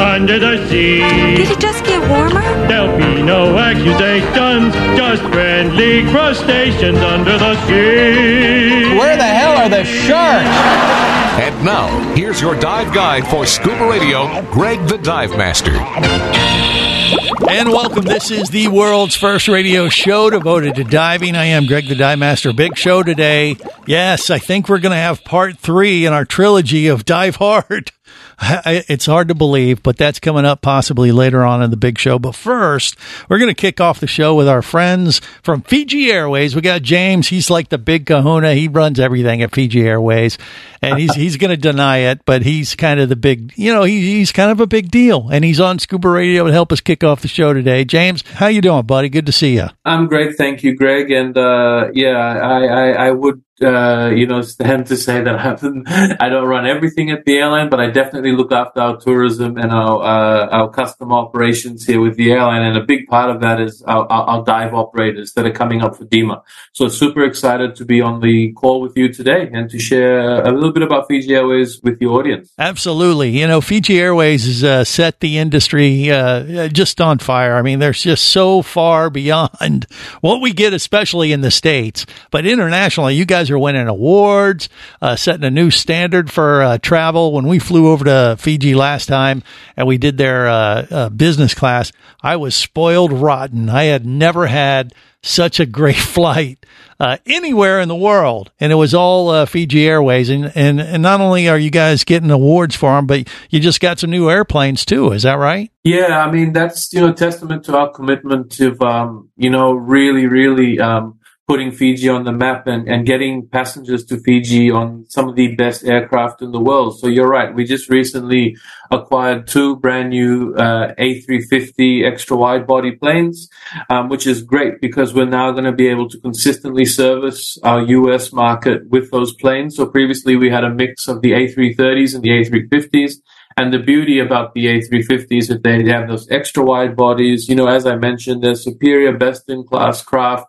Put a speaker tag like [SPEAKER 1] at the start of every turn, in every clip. [SPEAKER 1] under the sea.
[SPEAKER 2] Did it just get warmer?
[SPEAKER 1] There'll be no accusations, just friendly crustaceans under the sea.
[SPEAKER 3] Where the hell are the sharks?
[SPEAKER 4] And now, here's your dive guide for scuba radio, Greg the Dive Master.
[SPEAKER 3] And welcome. This is the world's first radio show devoted to diving. I am Greg the Dive Master. Big show today. Yes, I think we're going to have part three in our trilogy of Dive Hard. I- It's hard to believe, but that's coming up possibly later on in the big show. But first, we're going to kick off the show with our friends from Fiji Airways. We got James. He's like the big kahuna. He runs everything at Fiji Airways, and he's he's going to deny it, but he's kind of the big, you know, he, he's kind of a big deal. And he's on Scuba Radio to help us kick off the show today. James, how you doing, buddy? Good to see you.
[SPEAKER 5] I'm great, thank you, Greg. And uh, yeah, I, I, I would uh, you know stand to say that I, I don't run everything at the airline, but I definitely look after our tourism and our uh, our custom operations here with the airline. And a big part of that is our, our, our dive operators that are coming up for DEMA. So super excited to be on the call with you today and to share a little bit about Fiji Airways with the audience.
[SPEAKER 3] Absolutely. You know, Fiji Airways has uh, set the industry uh, just on fire. I mean, they're just so far beyond what we get, especially in the States. But internationally, you guys are winning awards, uh, setting a new standard for uh, travel. When we flew over to Fiji last time and we did their uh, uh, business class, I was spoiled rotten. I had never had such a great flight uh, anywhere in the world, and it was all uh, Fiji Airways. And, and and not only are you guys getting awards for them, but you just got some new airplanes too. Is that right?
[SPEAKER 5] Yeah, I mean that's you know testament to our commitment of um, you know really really um, putting Fiji on the map and, and getting passengers to Fiji on some of the best aircraft in the world. So you're right. We just recently acquired two brand new uh, A350 extra wide body planes, um, which is great because we're now going to be able to consistently service our U.S. market with those planes. So previously we had a mix of the A330s and the A350s. And the beauty about the A350 is that they have those extra wide bodies. You know, as I mentioned, they're superior, best in class craft,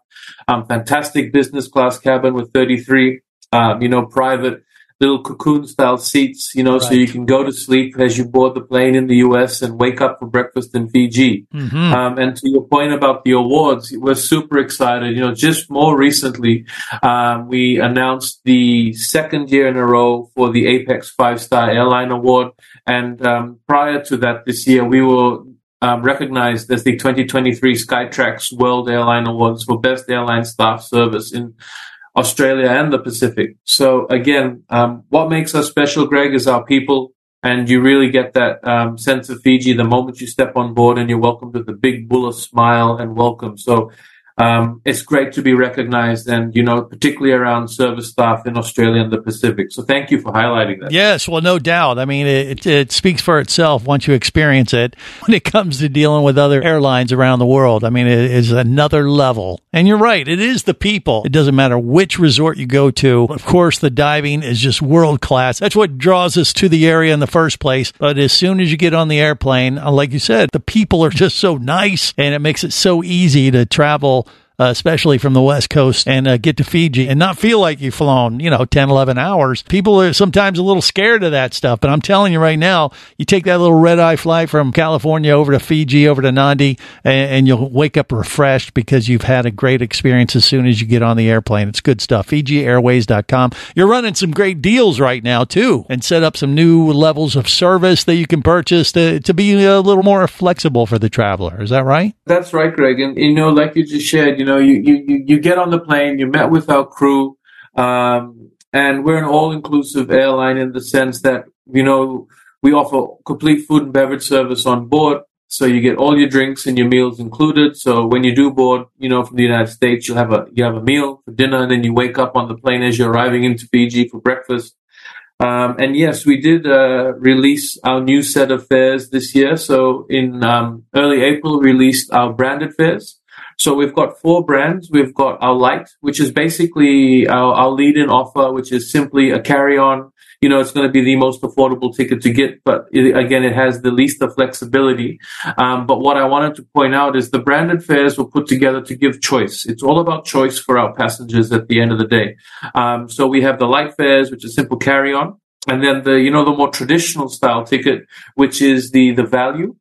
[SPEAKER 5] um, fantastic business class cabin with 33, um, you know, private little cocoon style seats, you know, so you can go to sleep as you board the plane in the US and wake up for breakfast in Fiji. Um, and to your point about the awards, we're super excited. You know, just more recently, um, we announced the second year in a row for the Apex Five Star Airline Award. And um, prior to that, this year, we were um, recognized as the 2023 Skytrax World Airline Awards for Best Airline Staff Service in Australia and the Pacific. So again, um, what makes us special, Greg, is our people. And you really get that um, sense of Fiji the moment you step on board and you're welcomed with a big bulla smile and welcome. So um, it's great to be recognized and, you know, particularly around service staff in Australia and the Pacific. So thank you for highlighting that.
[SPEAKER 3] Yes, well, no doubt. I mean, it, it speaks for itself once you experience it. When it comes to dealing with other airlines around the world, I mean, it is another level. And you're right, it is the people. It doesn't matter which resort you go to. Of course, the diving is just world class. That's what draws us to the area in the first place. But as soon as you get on the airplane, uh, like you said, the people are just so nice, and it makes it so easy to travel uh, especially from the West Coast, and uh, get to Fiji and not feel like you've flown, you know, 10, 11 hours. People are sometimes a little scared of that stuff, but I'm telling you right now, you take that little red eye flight from California over to Fiji, over to Nandi, and, and you'll wake up refreshed because you've had a great experience as soon as you get on the airplane. It's good stuff. FijiAirways.com. You're running some great deals right now, too, and set up some new levels of service that you can purchase to, to be a little more flexible for the traveler. Is that right?
[SPEAKER 5] That's right, Greg. And you know, like you just shared, you know, you you you- you get on the plane, you met with our crew, um, and we're an all-inclusive airline in the sense that you know We offer complete food and beverage service on board. So you get all your drinks and your meals included. So when you do board, you know, from the United States, you'll have a, you have a meal for dinner and then you wake up on the plane as you're arriving into Fiji for breakfast. Um, and yes, we did uh, release our new set of fares this year. So in um, early April, we released our branded fares. So we've got four brands. We've got our light, which is basically our, our lead-in offer, which is simply a carry-on. You know, it's going to be the most affordable ticket to get, but it, again, it has the least of flexibility. Um, but what I wanted to point out is the branded fares were put together to give choice. It's all about choice for our passengers at the end of the day. Um, so we have the light fares, which is simple carry-on. And then the, you know, the more traditional style ticket, which is the, the value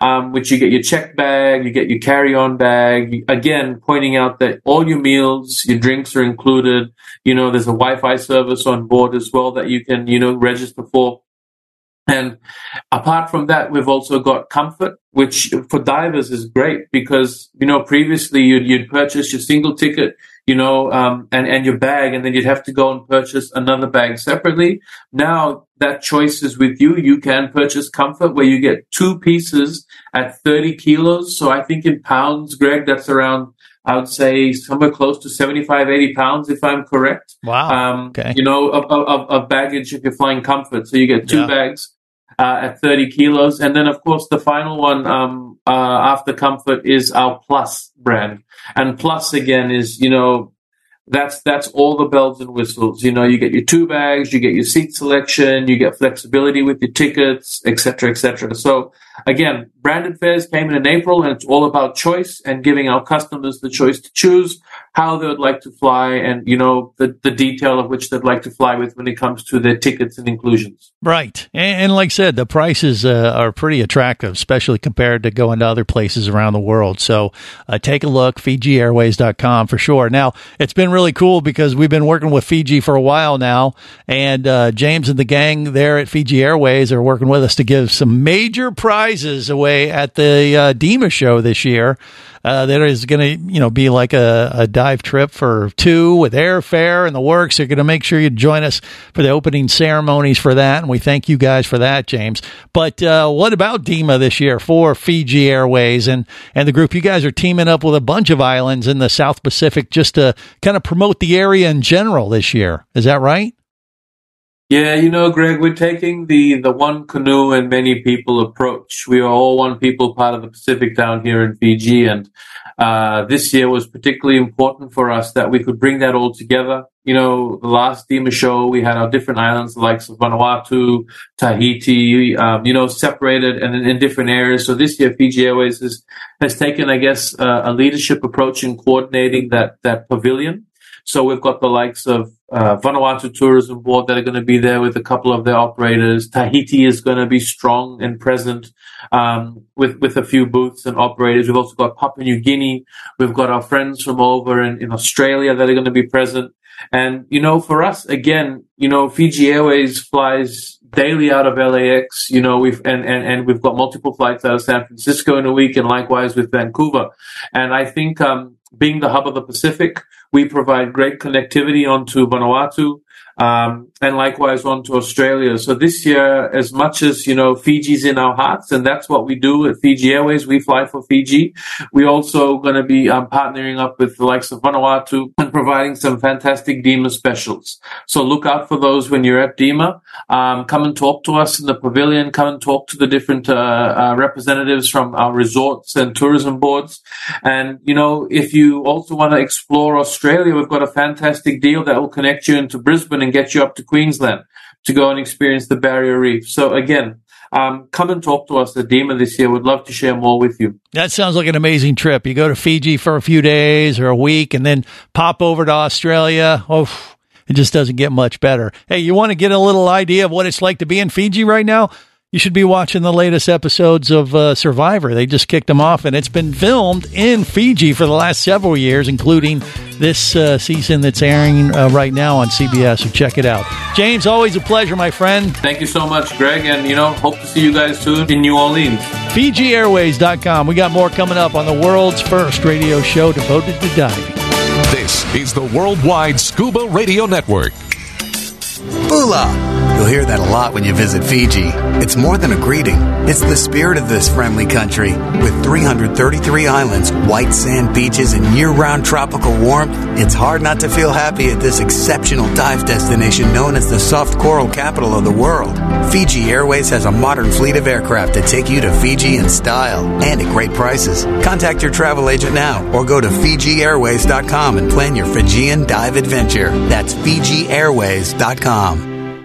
[SPEAKER 5] um, which you get your check bag, you get your carry-on bag. Again, pointing out that all your meals, your drinks are included. You know, there's a Wi-Fi service on board as well that you can, you know, register for. And apart from that, we've also got comfort, which for divers is great because, you know, previously you'd, you'd purchase your single ticket, you know, um, and, and your bag, and then you'd have to go and purchase another bag separately. Now that choice is with you. You can purchase comfort where you get two pieces at 30 kilos. So I think in pounds, Greg, that's around, I would say somewhere close to 75, 80 pounds, if I'm correct.
[SPEAKER 3] Wow.
[SPEAKER 5] Um,
[SPEAKER 3] Okay.
[SPEAKER 5] You know, of, of, of baggage if you're flying comfort. So you get two
[SPEAKER 3] Yeah.
[SPEAKER 5] bags uh, at 30 kilos. And then, of course, the final one um, uh, after comfort is our Plus brand. And Plus, again, is, you know, that's that's all the bells and whistles. You know, you get your two bags, you get your seat selection, you get flexibility with your tickets, et cetera, et cetera. So again, branded fares came in in April, and it's all about choice and giving our customers the choice to choose how they would like to fly, and you know the the detail of which they'd like to fly with when it comes to their tickets and inclusions.
[SPEAKER 3] Right. And, and like I said, the prices uh, are pretty attractive, especially compared to going to other places around the world. So uh, take a look, FijiAirways.com for sure. Now, it's been really cool because we've been working with Fiji for a while now, and uh, James and the gang there at Fiji Airways are working with us to give some major prizes away at the uh, DEMA show this year. Uh, that is going to, you know, be like a, a dive trip for two with airfare and the works. You're going to make sure you join us for the opening ceremonies for that, and we thank you guys for that, James. But uh, what about DEMA this year for Fiji Airways and and the group? You guys are teaming up with a bunch of islands in the South Pacific just to kind of promote the area in general this year. Is that right?
[SPEAKER 5] Yeah, you know, Greg, we're taking the the one canoe and many people approach. We are all one people, part of the Pacific down here in Fiji, and uh, this year was particularly important for us that we could bring that all together. You know, the last DEMA show, we had our different islands, the likes of Vanuatu, Tahiti, um, you know, separated and in, in different areas. So this year, Fiji Airways has, has taken, I guess, uh, a leadership approach in coordinating that, that pavilion. So we've got the likes of uh, Vanuatu Tourism Board that are going to be there with a couple of their operators. Tahiti is going to be strong and present um, with with a few booths and operators. We've also got Papua New Guinea. We've got our friends from over in, in Australia that are going to be present. And you know, for us again, you know, Fiji Airways flies daily out of LAX. You know, we've and, and and we've got multiple flights out of San Francisco in a week, and likewise with Vancouver. And I think um, being the hub of the Pacific, we provide great connectivity onto Vanuatu um, and likewise onto Australia. So this year, as much as you know, Fiji's in our hearts, and that's what we do at Fiji Airways. We fly for Fiji. We also going to be um, partnering up with the likes of Vanuatu and providing some fantastic DEMA specials. So look out for those when you're at DEMA. Um, come and talk to us in the pavilion. Come and talk to the different uh, uh, representatives from our resorts and tourism boards. And you know, if you also want to explore Australia, we've got a fantastic deal that will connect you into Brisbane and get you up to Queensland to go and experience the Barrier Reef. So again, um, come and talk to us at DEMA this year. We'd love to share more with you.
[SPEAKER 3] That sounds like an amazing trip. You go to Fiji for a few days or a week and then pop over to Australia. Oh, it just doesn't get much better. Hey, you want to get a little idea of what it's like to be in Fiji right now? You should be watching the latest episodes of uh, Survivor. They just kicked them off, and it's been filmed in Fiji for the last several years, including this uh, season that's airing uh, right now on CBS. So check it out. James, always a pleasure, my friend.
[SPEAKER 5] Thank you so much, Greg, and you know, hope to see you guys soon in New Orleans.
[SPEAKER 3] FijiAirways.com. We got more coming up on the world's first radio show devoted to diving.
[SPEAKER 4] This is the Worldwide Scuba Radio Network.
[SPEAKER 6] Bula. You'll hear hear that a lot when you visit Fiji. It's more than a greeting, it's the spirit of this friendly country. With 333 islands, white sand beaches, and year round tropical warmth, it's hard not to feel happy at this exceptional dive destination known as the soft coral capital of the world. Fiji Airways has a modern fleet of aircraft to take you to Fiji in style and at great prices. Contact your travel agent now or go to FijiAirways.com and plan your Fijian dive adventure. That's FijiAirways.com.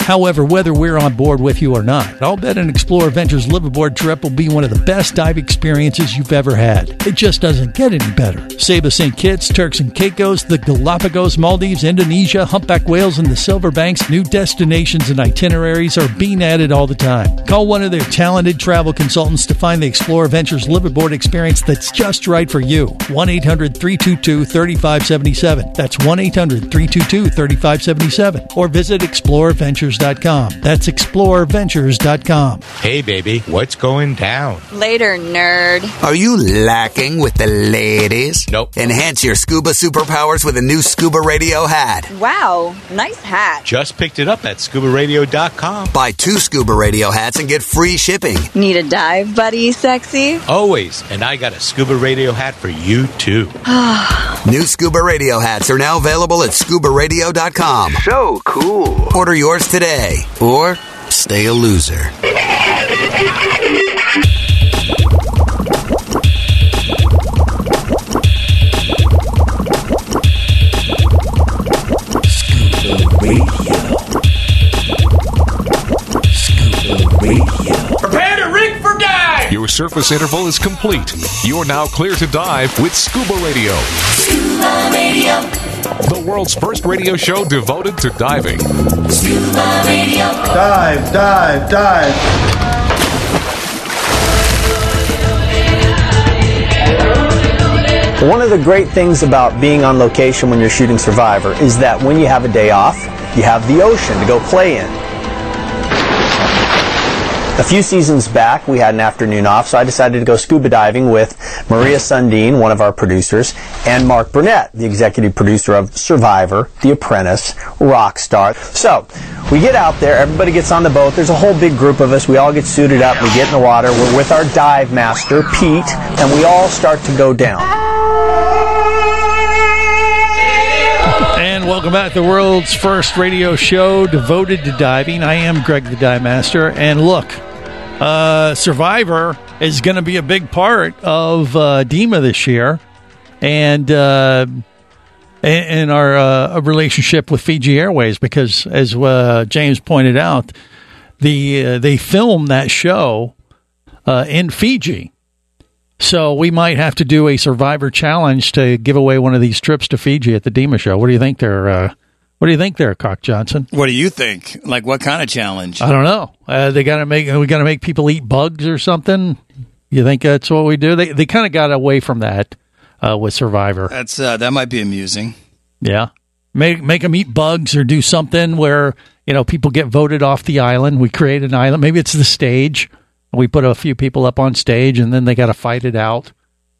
[SPEAKER 3] However, whether we're on board with you or not, I'll bet an Explorer Ventures liveaboard trip will be one of the best dive experiences you've ever had. It just doesn't get any better. Save us St. Kitts, Turks and Caicos, the Galapagos, Maldives, Indonesia, humpback whales, and the Silver Banks, new destinations and itineraries are being added all the time. Call one of their talented travel consultants to find the Explorer Ventures liveaboard experience that's just right for you. 1 800 322 3577. That's 1 800 322 3577. Or visit exploreventures.com. That's exploreventures.com.
[SPEAKER 7] Hey, baby, what's going down?
[SPEAKER 8] Later, nerd.
[SPEAKER 6] Are you lacking with the ladies?
[SPEAKER 7] Nope.
[SPEAKER 6] Enhance your scuba superpowers with a new scuba radio hat.
[SPEAKER 8] Wow, nice hat.
[SPEAKER 7] Just picked it up at scubaradio.com.
[SPEAKER 6] Buy two scuba radio hats and get free shipping.
[SPEAKER 8] Need a dive, buddy, sexy?
[SPEAKER 7] Always, and I got a scuba radio hat for you too.
[SPEAKER 6] New scuba radio hats are now available at scubaradio.com. So cool. Order yours today or stay a loser.
[SPEAKER 4] Your surface interval is complete. You're now clear to dive with Scuba Radio. The world's first radio show devoted to diving.
[SPEAKER 9] Dive, dive, dive. One of the great things about being on location when you're shooting Survivor is that when you have a day off, you have the ocean to go play in. A few seasons back, we had an afternoon off, so I decided to go scuba diving with Maria Sundin, one of our producers, and Mark Burnett, the executive producer of Survivor, The Apprentice, Rockstar. So, we get out there, everybody gets on the boat, there's a whole big group of us, we all get suited up, we get in the water, we're with our dive master, Pete, and we all start to go down.
[SPEAKER 3] And welcome back to the world's first radio show devoted to diving. I am Greg the Dive Master. And look, uh, Survivor is going to be a big part of uh, DEMA this year and, uh, and, and our uh, relationship with Fiji Airways because, as uh, James pointed out, the uh, they filmed that show uh, in Fiji. So we might have to do a survivor challenge to give away one of these trips to Fiji at the Dima show. What do you think there? Uh, what do you think there, Cock Johnson?
[SPEAKER 10] What do you think? Like, what kind of challenge?
[SPEAKER 3] I don't know. Uh, they got to make we got to make people eat bugs or something. You think that's what we do? They they kind of got away from that uh, with Survivor.
[SPEAKER 10] That's uh, that might be amusing.
[SPEAKER 3] Yeah, make make them eat bugs or do something where you know people get voted off the island. We create an island. Maybe it's the stage. We put a few people up on stage, and then they got to fight it out.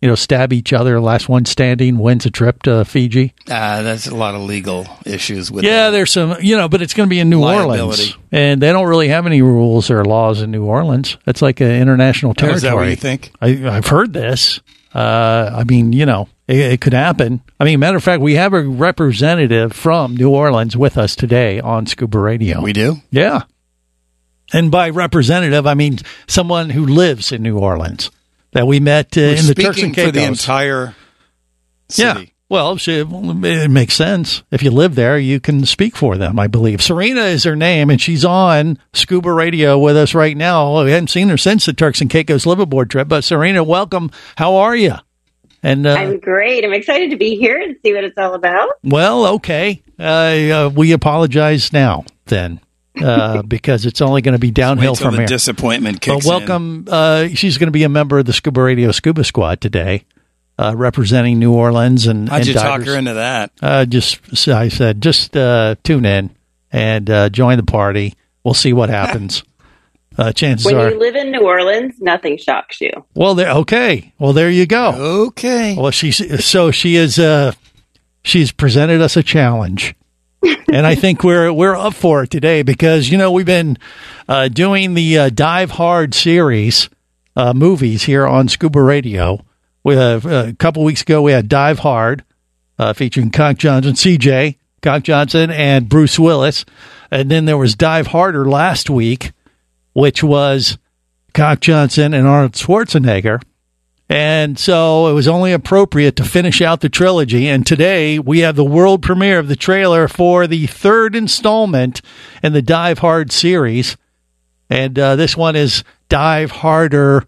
[SPEAKER 3] You know, stab each other. Last one standing wins a trip to Fiji.
[SPEAKER 10] Uh, that's a lot of legal issues with.
[SPEAKER 3] Yeah,
[SPEAKER 10] that.
[SPEAKER 3] there's some, you know, but it's going to be in New Orleans,
[SPEAKER 10] Liability.
[SPEAKER 3] and they don't really have any rules or laws in New Orleans. That's like an international
[SPEAKER 10] Oh,
[SPEAKER 3] territory.
[SPEAKER 10] is that what you think?
[SPEAKER 3] I, I've heard this. Uh, I mean, you know, it, it could happen. I mean, matter of fact, we have a representative from New Orleans with us today on Scuba Radio.
[SPEAKER 10] We do.
[SPEAKER 3] yeah. And by representative, I mean someone who lives in New Orleans that we met uh, in the
[SPEAKER 10] Speaking
[SPEAKER 3] Turks and
[SPEAKER 10] for
[SPEAKER 3] Caicos.
[SPEAKER 10] the entire
[SPEAKER 3] yeah.
[SPEAKER 10] city.
[SPEAKER 3] Well, she, it makes sense. If you live there, you can speak for them, I believe. Serena is her name, and she's on Scuba Radio with us right now. We haven't seen her since the Turks and Caicos liveaboard trip, but Serena, welcome. How are you? And uh,
[SPEAKER 11] I'm great. I'm excited to be here and see what it's all about.
[SPEAKER 3] Well, okay. Uh, uh, we apologize now then uh, because it's only going to be downhill
[SPEAKER 10] Wait till
[SPEAKER 3] from
[SPEAKER 10] the
[SPEAKER 3] here.
[SPEAKER 10] disappointment
[SPEAKER 3] But
[SPEAKER 10] kicks
[SPEAKER 3] welcome. Uh, she's going to be a member of the Scuba Radio Scuba Squad today, uh, representing New Orleans and.
[SPEAKER 10] in. How'd
[SPEAKER 3] and
[SPEAKER 10] you talk
[SPEAKER 3] divers.
[SPEAKER 10] her into that?
[SPEAKER 3] Uh, just so I said, just uh, tune in and uh, join the party. We'll see what happens. uh, chances
[SPEAKER 11] When
[SPEAKER 3] are,
[SPEAKER 11] you live in New Orleans, nothing shocks you.
[SPEAKER 3] well, there. Okay. Well, there you go.
[SPEAKER 10] Okay.
[SPEAKER 3] Well, she's so she is. Uh, she's presented us a challenge, and I think we're we're up for it today because you know we've been uh, doing the uh, Dive Hard series uh, movies here on Scuba Radio. We have, uh, a couple weeks ago we had Dive Hard uh, featuring Conk Johnson, CJ Conk Johnson, and Bruce Willis, and then there was Dive Harder last week, which was Cock Johnson and Arnold Schwarzenegger. And so it was only appropriate to finish out the trilogy. And today we have the world premiere of the trailer for the third installment in the Dive Hard series. And uh, this one is Dive Harder.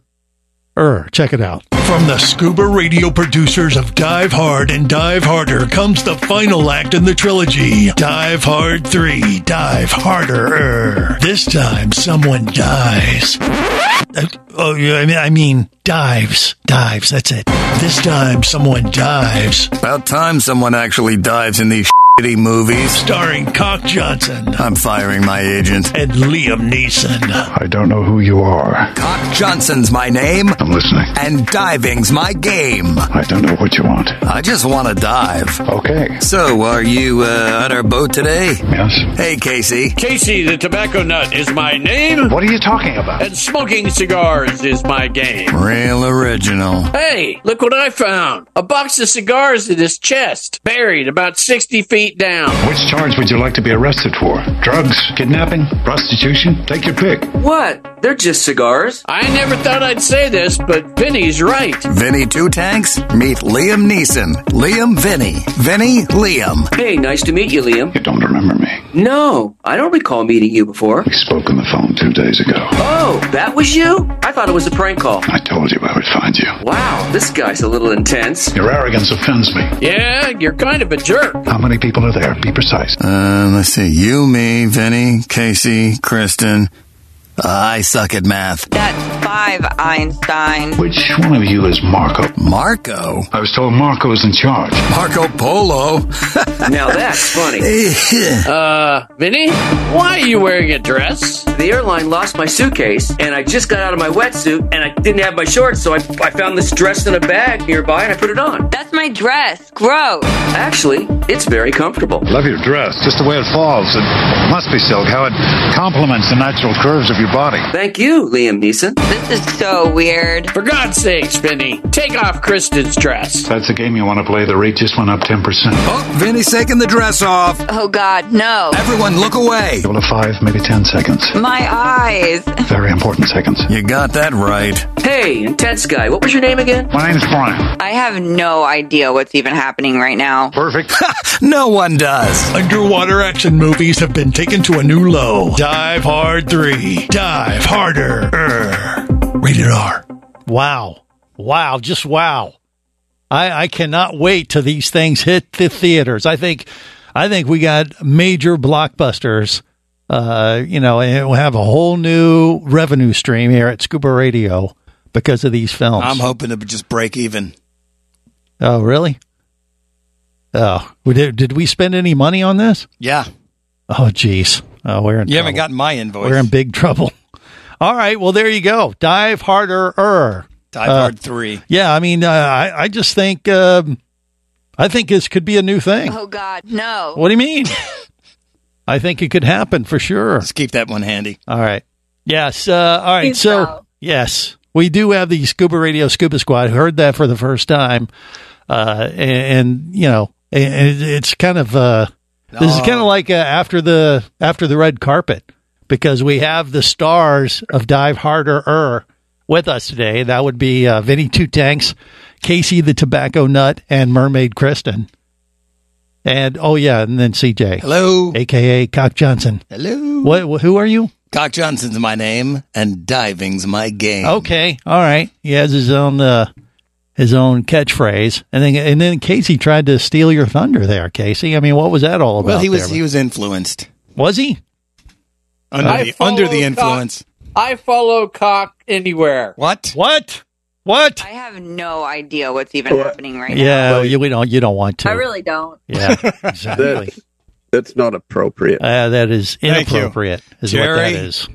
[SPEAKER 3] Er, check it out.
[SPEAKER 12] From the scuba radio producers of Dive Hard and Dive Harder comes the final act in the trilogy Dive Hard 3, Dive Harder. This time, someone dies. Uh, Oh, yeah, I mean, I mean, dives. Dives, that's it. This time, someone dives.
[SPEAKER 13] About time someone actually dives in these shitty movies.
[SPEAKER 12] Starring Cock Johnson.
[SPEAKER 13] I'm firing my agent.
[SPEAKER 12] And Liam Neeson.
[SPEAKER 13] I don't know who you are. Cock Johnson's my name. I'm listening. And diving's my game. I don't know what you want. I just want to dive. Okay. So, are you uh, on our boat today? Yes. Hey, Casey.
[SPEAKER 14] Casey the Tobacco Nut is my name. What are you talking about? And smoking cigars is my game.
[SPEAKER 13] Real original.
[SPEAKER 14] Hey, look what I found. A box of cigars in his chest, buried about 60 feet down.
[SPEAKER 15] Which charge would you like to be arrested for? Drugs, kidnapping, prostitution? Take your pick.
[SPEAKER 14] What? They're just cigars. I never thought I'd say this, but Vinny's right.
[SPEAKER 13] Vinny Two Tanks, meet Liam Neeson. Liam Vinny. Vinny Liam.
[SPEAKER 16] Hey, nice to meet you, Liam. You don't remember me? No, I don't recall meeting you before. We spoke on the phone two days ago. Oh, that was you? I thought it was a prank call. I told you I would find you. Wow, this guy's a little intense. Your arrogance offends me.
[SPEAKER 14] Yeah, you're kind of a jerk.
[SPEAKER 13] How many people are there? Be precise. Uh, let's see. You, me, Vinny, Casey, Kristen. I suck at math.
[SPEAKER 8] That's five, Einstein.
[SPEAKER 15] Which one of you is Marco?
[SPEAKER 13] Marco?
[SPEAKER 15] I was told Marco was in charge.
[SPEAKER 13] Marco Polo?
[SPEAKER 14] Now that's funny. uh, Vinny, why are you wearing a dress?
[SPEAKER 16] The airline lost my suitcase, and I just got out of my wetsuit, and I didn't have my shorts, so I, I found this dress in a bag nearby, and I put it on.
[SPEAKER 8] That's my dress. Gross.
[SPEAKER 16] Actually, it's very comfortable.
[SPEAKER 15] Love your dress, just the way it falls. It must be silk, how it complements the natural curves of your body.
[SPEAKER 16] Thank you, Liam Neeson.
[SPEAKER 8] This is so weird.
[SPEAKER 14] For God's sakes, Vinny, take off Kristen's dress.
[SPEAKER 15] That's a game you want to play. The rate just went up 10%.
[SPEAKER 13] Oh, Vinny's taking the dress off.
[SPEAKER 8] Oh, God, no.
[SPEAKER 13] Everyone, look away.
[SPEAKER 15] Couple of five, maybe 10 seconds.
[SPEAKER 8] My eyes.
[SPEAKER 15] Very important seconds.
[SPEAKER 13] You got that right.
[SPEAKER 16] Hey, intense guy, what was your name again?
[SPEAKER 15] My name's Brian.
[SPEAKER 8] I have no idea what's even happening right now.
[SPEAKER 15] Perfect.
[SPEAKER 13] no one does.
[SPEAKER 12] Underwater action movies have been taken to a new low. Dive Hard 3, Dive Harder. Er. Rated R.
[SPEAKER 3] Wow. Wow. Just wow. I, I cannot wait till these things hit the theaters. I think I think we got major blockbusters. Uh, you know, and we'll have a whole new revenue stream here at Scuba Radio because of these films.
[SPEAKER 10] I'm hoping to just break even.
[SPEAKER 3] oh, really? Oh, we did, did we spend any money on this?
[SPEAKER 10] Yeah.
[SPEAKER 3] Oh, geez. Oh, we're in
[SPEAKER 10] You haven't
[SPEAKER 3] trouble.
[SPEAKER 10] gotten my invoice.
[SPEAKER 3] We're in big trouble. All right. Well, there you go. Dive harder. Er.
[SPEAKER 10] Dive Hard 3.
[SPEAKER 3] Yeah. I mean, uh, I, I just think, um, I think this could be a new thing.
[SPEAKER 8] Oh, God, no.
[SPEAKER 3] What do you mean? I think it could happen for sure. Let's
[SPEAKER 10] keep that one handy.
[SPEAKER 3] All right. Yes. Uh, all right. so, yes, we do have the Scuba Radio Scuba Squad. Who heard that for the first time, uh, and, and, you know, and it, it's kind of uh, this is kind of like uh, after the after the red carpet because we have the stars of Dive Harder Er with us today. That would be uh, Vinny Two Tanks, Casey the Tobacco Nut, and Mermaid Kristen. And oh yeah, and then CJ.
[SPEAKER 10] Hello.
[SPEAKER 3] AKA Cock Johnson.
[SPEAKER 10] Hello.
[SPEAKER 3] What who are you?
[SPEAKER 10] Cock Johnson's my name, and diving's my game.
[SPEAKER 3] Okay. All right. He has his own uh his own catchphrase. And then and then Casey tried to steal your thunder there, Casey. I mean, what was that all about?
[SPEAKER 10] Well, he was
[SPEAKER 3] there?
[SPEAKER 10] he was influenced.
[SPEAKER 3] Was he?
[SPEAKER 10] Under
[SPEAKER 14] I
[SPEAKER 10] the
[SPEAKER 14] follow
[SPEAKER 10] under the
[SPEAKER 14] cock-
[SPEAKER 10] influence.
[SPEAKER 14] I follow cock anywhere.
[SPEAKER 10] What?
[SPEAKER 3] What? What?
[SPEAKER 8] I have no idea what's even happening right
[SPEAKER 3] yeah, you, we don't. You don't want
[SPEAKER 8] now.
[SPEAKER 3] to.
[SPEAKER 8] I really don't.
[SPEAKER 3] Yeah, exactly.
[SPEAKER 17] That's not appropriate.
[SPEAKER 3] Uh, that is
[SPEAKER 10] Thank you.
[SPEAKER 3] inappropriate. Is what
[SPEAKER 10] Jerry,
[SPEAKER 3] that is.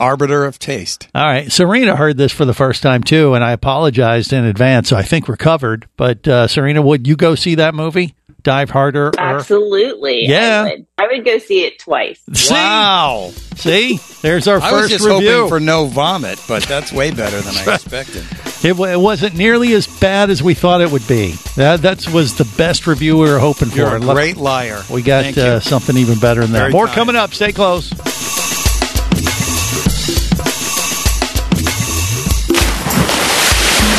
[SPEAKER 10] arbiter of taste.
[SPEAKER 3] All right. Serena heard this for the first time too, and I apologized in advance. So I think we're covered. But uh, Serena, would you go see that movie? Dive harder. or-
[SPEAKER 11] Absolutely.
[SPEAKER 3] Yeah.
[SPEAKER 11] I would. I would go see it twice.
[SPEAKER 3] Wow. See, there's our
[SPEAKER 10] I was
[SPEAKER 3] first
[SPEAKER 10] just
[SPEAKER 3] review.
[SPEAKER 10] hoping for no vomit, but that's way better than I expected.
[SPEAKER 3] It, wa- it wasn't nearly as bad as we thought it would be. That that was the best review we were hoping for.
[SPEAKER 10] You're a
[SPEAKER 3] Look,
[SPEAKER 10] great liar.
[SPEAKER 3] We got
[SPEAKER 10] Thank you.
[SPEAKER 3] uh, something even better than that.
[SPEAKER 10] Very
[SPEAKER 3] More
[SPEAKER 10] kind.
[SPEAKER 3] coming up. Stay close.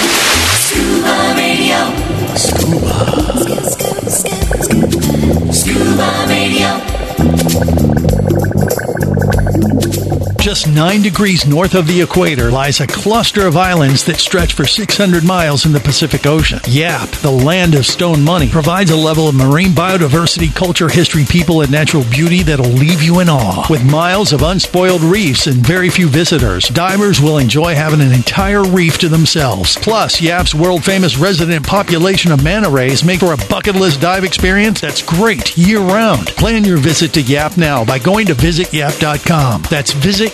[SPEAKER 18] Scuba Radio. Scuba. Scuba Radio.
[SPEAKER 3] Just nine degrees north of the equator lies a cluster of islands that stretch for 600 miles in the Pacific Ocean. Yap, the land of stone money, provides a level of marine biodiversity, culture, history, people, and natural beauty that'll leave you in awe. With miles of unspoiled reefs and very few visitors, divers will enjoy having an entire reef to themselves. Plus, Yap's world famous resident population of manta rays make for a bucket list dive experience that's great year round. Plan your visit to Yap now by going to visityap.com. That's visityap.com.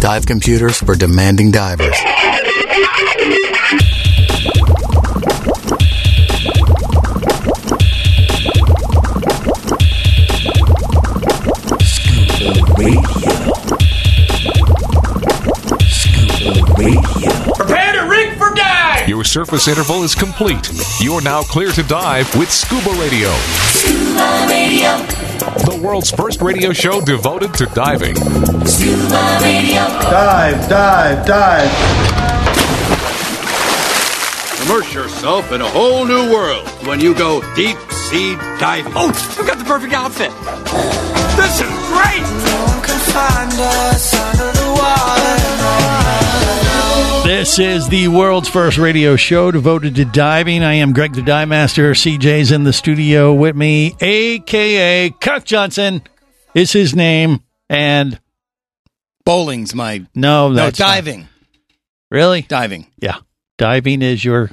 [SPEAKER 6] Dive computers for demanding divers.
[SPEAKER 14] Prepare to rig for dive.
[SPEAKER 4] Your surface interval is complete. You're now clear to dive with Scuba Radio.
[SPEAKER 18] Scuba Radio.
[SPEAKER 4] The world's first radio show devoted to diving.
[SPEAKER 18] Scuba Radio.
[SPEAKER 4] Dive, dive, dive.
[SPEAKER 19] Immerse yourself in a whole new world when you go deep sea diving. Oh, I've got the perfect outfit.
[SPEAKER 18] This is great! No one can find us under the water.
[SPEAKER 3] This is the world's first radio show devoted to diving. I am Greg the Dive Master. CJ's in the studio with me, aka Cuck Johnson is his name. And
[SPEAKER 10] bowling's my
[SPEAKER 3] no,
[SPEAKER 10] no,
[SPEAKER 3] that's not-
[SPEAKER 10] diving.
[SPEAKER 3] Really?
[SPEAKER 10] Diving.
[SPEAKER 3] Yeah. Diving is your.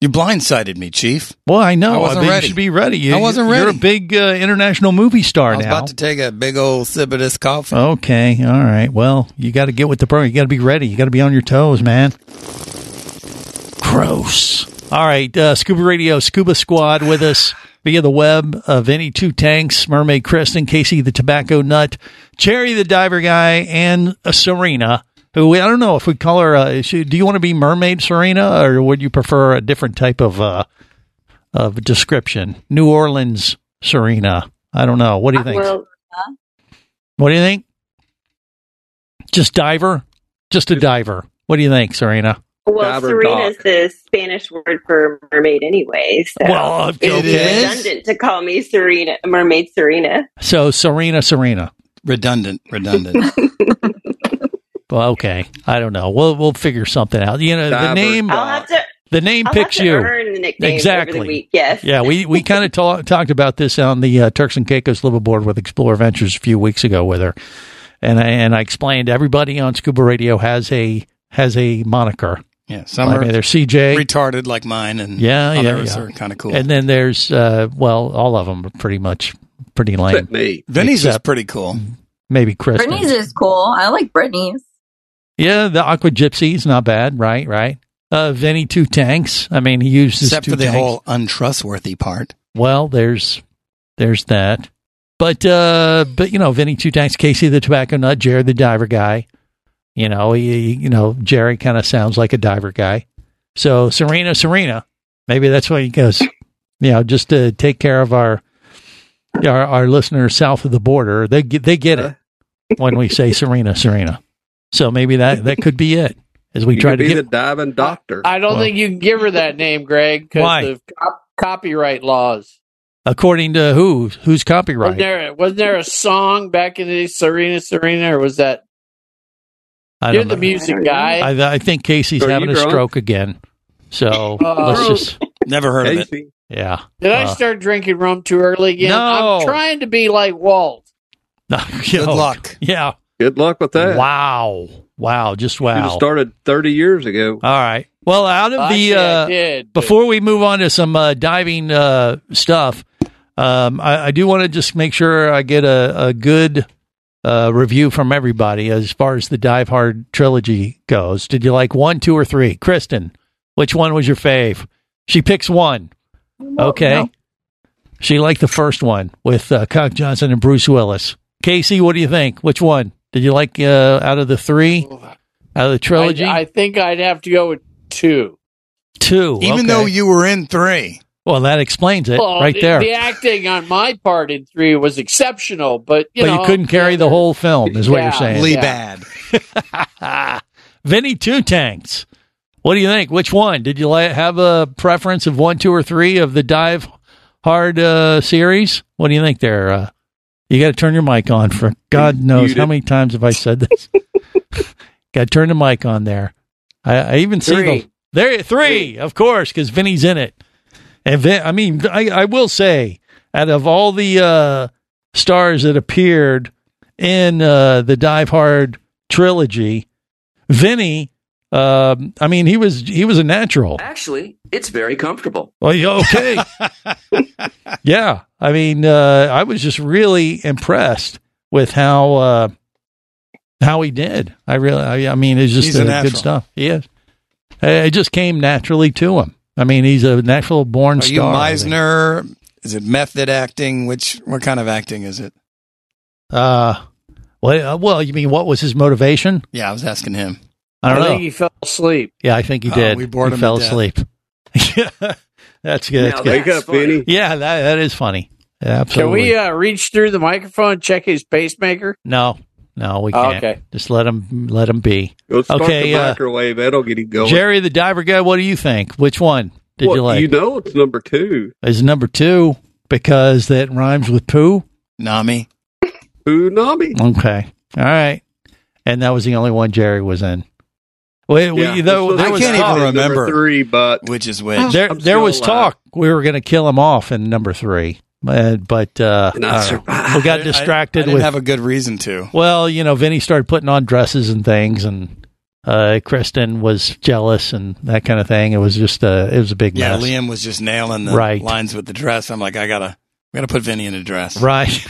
[SPEAKER 10] You blindsided me, Chief.
[SPEAKER 3] Well, I know.
[SPEAKER 10] I wasn't
[SPEAKER 3] but
[SPEAKER 10] ready.
[SPEAKER 3] You should be ready. You,
[SPEAKER 10] I wasn't ready.
[SPEAKER 3] You're a big uh, international movie star
[SPEAKER 10] I was
[SPEAKER 3] now.
[SPEAKER 10] about to take a big old sip of this coffee.
[SPEAKER 3] okay. All right. Well, you got to get with the program. You got to be ready. You got to be on your toes, man. Gross. All right, uh, Scuba Radio, Scuba Squad with us via the web of any two tanks, Mermaid Creston, Casey the Tobacco Nut, Cherry the Diver Guy, and uh, Serena, who we, I don't know if we call her. Uh, is she, do you want to be Mermaid Serena, or would you prefer a different type of uh, of description? New Orleans Serena. I don't know. What do you think?
[SPEAKER 11] Well, huh?
[SPEAKER 3] What do you think? Just diver? Just a diver. What do you think, Serena?
[SPEAKER 11] well
[SPEAKER 3] Dabber
[SPEAKER 11] Serena is the Spanish word for mermaid anyway, so
[SPEAKER 3] Well, it
[SPEAKER 11] would be
[SPEAKER 3] is.
[SPEAKER 11] redundant to call me Serena, mermaid Serena.
[SPEAKER 3] So Serena, Serena.
[SPEAKER 10] Redundant, redundant.
[SPEAKER 3] Well, okay. I don't know. We'll we'll figure something out. You know, the
[SPEAKER 10] Diver.
[SPEAKER 3] name
[SPEAKER 11] I'll have to.
[SPEAKER 3] the name
[SPEAKER 11] I'll
[SPEAKER 3] picks
[SPEAKER 11] have to
[SPEAKER 3] you.
[SPEAKER 11] Earn the nickname over the
[SPEAKER 3] exactly.
[SPEAKER 11] week, Yes.
[SPEAKER 3] yeah, we we kind of talk, talked about this on the uh, Turks and Caicos liveaboard with Explorer Ventures a few weeks ago with her, and I, and I explained everybody on Scuba Radio has a has a moniker.
[SPEAKER 10] Yeah, some
[SPEAKER 3] I
[SPEAKER 10] are
[SPEAKER 3] mean, there's CJ,
[SPEAKER 10] retarded like mine, and
[SPEAKER 3] Yeah, yeah,
[SPEAKER 10] others
[SPEAKER 3] yeah.
[SPEAKER 10] are kind of cool.
[SPEAKER 3] And then there's uh, well, all of them are pretty much pretty lame.
[SPEAKER 10] Brittany. Vinny's is
[SPEAKER 3] Except
[SPEAKER 10] pretty cool.
[SPEAKER 3] Maybe Chris.
[SPEAKER 20] Brittany's is cool. I like Brittany's.
[SPEAKER 3] Yeah, the Aqua Gypsy's not bad, right? Right. Uh, Vinny two tanks. I mean, he uses
[SPEAKER 10] Except
[SPEAKER 3] two
[SPEAKER 10] for the
[SPEAKER 3] tanks.
[SPEAKER 10] whole untrustworthy part.
[SPEAKER 3] Well, there's there's that. But uh but you know, Vinny Two Tanks, Casey the Tobacco Nut, Jared the Diver Guy. You know, he, you know, Jerry kind of sounds like a diver guy. So Serena, Serena, maybe that's why he goes. You know, just to take care of our our, our listeners south of the border, they get they get it when we say Serena, Serena. So maybe that that could be it. As we
[SPEAKER 17] You
[SPEAKER 3] try
[SPEAKER 17] could
[SPEAKER 3] to
[SPEAKER 17] be
[SPEAKER 3] get
[SPEAKER 17] the diving doctor.
[SPEAKER 14] I don't
[SPEAKER 3] Well-
[SPEAKER 14] think you can give her that name, Greg,
[SPEAKER 3] Why?
[SPEAKER 14] because of cop- copyright laws.
[SPEAKER 3] according to who who's copyright.
[SPEAKER 14] Wasn't there, wasn't there a song back in the day, Serena Serena, or was that
[SPEAKER 3] I
[SPEAKER 14] you're
[SPEAKER 3] don't
[SPEAKER 14] the
[SPEAKER 3] know.
[SPEAKER 14] music guy?
[SPEAKER 3] I, I think Casey's
[SPEAKER 14] Are you
[SPEAKER 3] having a
[SPEAKER 14] drunk?
[SPEAKER 3] stroke again. So
[SPEAKER 14] Oh.
[SPEAKER 3] let's just
[SPEAKER 10] never
[SPEAKER 14] heard of it.
[SPEAKER 3] Yeah.
[SPEAKER 14] Did I
[SPEAKER 3] Uh,
[SPEAKER 14] start drinking rum too early again?
[SPEAKER 3] No.
[SPEAKER 14] I'm trying to be like Walt.
[SPEAKER 3] Good luck. Yeah.
[SPEAKER 17] Good luck with that.
[SPEAKER 3] Wow. Wow. Just
[SPEAKER 17] Should
[SPEAKER 3] wow.
[SPEAKER 17] have started 30 years ago.
[SPEAKER 3] All right. Well, out of
[SPEAKER 17] Actually,
[SPEAKER 3] the
[SPEAKER 17] I
[SPEAKER 3] uh,
[SPEAKER 17] did, but-
[SPEAKER 3] before we move on to some uh, diving uh, stuff, um, I, I do want to just make sure I get a, a good uh, review from everybody as far as the Dive Hard trilogy goes. Did you like one, two, or three? Kristen, which one was your fave? She picks one. Okay.
[SPEAKER 21] no.
[SPEAKER 3] She liked the first one with uh, Cock Johnson and Bruce Willis. Casey, what do you think? Which one did you like uh, out of the three? Out of the trilogy,
[SPEAKER 14] I, I think I'd have to go with two.
[SPEAKER 3] two.
[SPEAKER 14] Even
[SPEAKER 3] okay.
[SPEAKER 14] though
[SPEAKER 10] you were in three.
[SPEAKER 3] Well, that explains it
[SPEAKER 14] Well,
[SPEAKER 3] right
[SPEAKER 14] the-
[SPEAKER 3] there.
[SPEAKER 14] The, acting on my part in three was exceptional, but you
[SPEAKER 3] but
[SPEAKER 14] know,
[SPEAKER 3] you couldn't carry the whole film, is what
[SPEAKER 14] Yeah,
[SPEAKER 3] you're saying.
[SPEAKER 14] Lee yeah.
[SPEAKER 3] bad. Ah, Vinny Two Tanks. What do you think? Which one did you li- have a preference of one, two, or three of the Dive Hard uh, series? What do you think there? Uh, you got to turn your mic on for God knows how
[SPEAKER 17] Muted.
[SPEAKER 3] many times have I said this. got to turn the mic on there. I, I even see
[SPEAKER 17] Three.
[SPEAKER 3] the there three, of course, because Vinny's in it. And Vin, I mean, I, I will say, out of all the uh, stars that appeared in uh, the Dive Hard trilogy, Vinny, um, I mean, he was he was a natural.
[SPEAKER 16] Actually, it's very comfortable.
[SPEAKER 3] Well, Oh, yeah, okay. yeah. I mean, uh, I was just really impressed with how uh, how he did. I really, I, I mean, it's just
[SPEAKER 10] He's a
[SPEAKER 3] uh,
[SPEAKER 10] natural.
[SPEAKER 3] good stuff. He is. Uh, It just came naturally to him. I mean, he's a natural born
[SPEAKER 10] Are you
[SPEAKER 3] star. I think.
[SPEAKER 10] Meisner? Is it method acting? Which what kind of acting is it?
[SPEAKER 3] Uh, well, uh, well, you mean what was his motivation?
[SPEAKER 10] Yeah, I was asking him.
[SPEAKER 3] I don't know.
[SPEAKER 14] think he fell asleep.
[SPEAKER 3] yeah, I think he
[SPEAKER 10] Uh,
[SPEAKER 3] did.
[SPEAKER 10] we bored
[SPEAKER 3] he
[SPEAKER 10] him
[SPEAKER 3] fell
[SPEAKER 10] to death.
[SPEAKER 3] asleep. that's good. That's
[SPEAKER 14] Now
[SPEAKER 3] good.
[SPEAKER 14] that's Wake up, funny. Vinny.
[SPEAKER 3] Yeah, that, that is funny. Yeah,
[SPEAKER 14] Can
[SPEAKER 3] absolutely.
[SPEAKER 14] we uh, reach through the microphone and check his pacemaker?
[SPEAKER 3] No, no, we
[SPEAKER 14] Oh,
[SPEAKER 3] can't.
[SPEAKER 14] okay.
[SPEAKER 3] Just let him let him be.
[SPEAKER 17] Go start
[SPEAKER 3] Okay,
[SPEAKER 17] the
[SPEAKER 3] uh,
[SPEAKER 17] microwave. That'll get him going.
[SPEAKER 3] Jerry the diver guy. What do you think? Which one did
[SPEAKER 17] Well,
[SPEAKER 3] you like?
[SPEAKER 17] You know it's number two.
[SPEAKER 3] Is number two because that rhymes with poo?
[SPEAKER 10] Nami.
[SPEAKER 17] Tsunami.
[SPEAKER 3] Okay, all right. And that was the only one Jerry was in. Wait,
[SPEAKER 17] Yeah,
[SPEAKER 3] we, though,
[SPEAKER 17] this
[SPEAKER 3] there
[SPEAKER 10] I
[SPEAKER 3] was
[SPEAKER 10] can't
[SPEAKER 3] talk.
[SPEAKER 10] even
[SPEAKER 17] Number
[SPEAKER 10] remember
[SPEAKER 17] three, but
[SPEAKER 10] which is which.
[SPEAKER 3] there
[SPEAKER 17] I'm
[SPEAKER 3] there was
[SPEAKER 17] still alive.
[SPEAKER 3] talk we were going to kill him off in number three, Uh, but uh,
[SPEAKER 10] And I
[SPEAKER 3] I don't know.
[SPEAKER 10] survived.
[SPEAKER 3] we
[SPEAKER 10] I- I-
[SPEAKER 3] got distracted
[SPEAKER 10] I didn't
[SPEAKER 3] with
[SPEAKER 10] have a good reason to.
[SPEAKER 3] Well, you know, Vinny started putting on dresses and things, and uh, Kristen was jealous and that kind of thing. It was just a it was a big
[SPEAKER 10] Yeah,
[SPEAKER 3] mess,
[SPEAKER 10] Liam was just nailing the
[SPEAKER 3] Right.
[SPEAKER 10] lines with the dress. I'm like, I gotta, we gotta put Vinny in a dress.
[SPEAKER 3] right?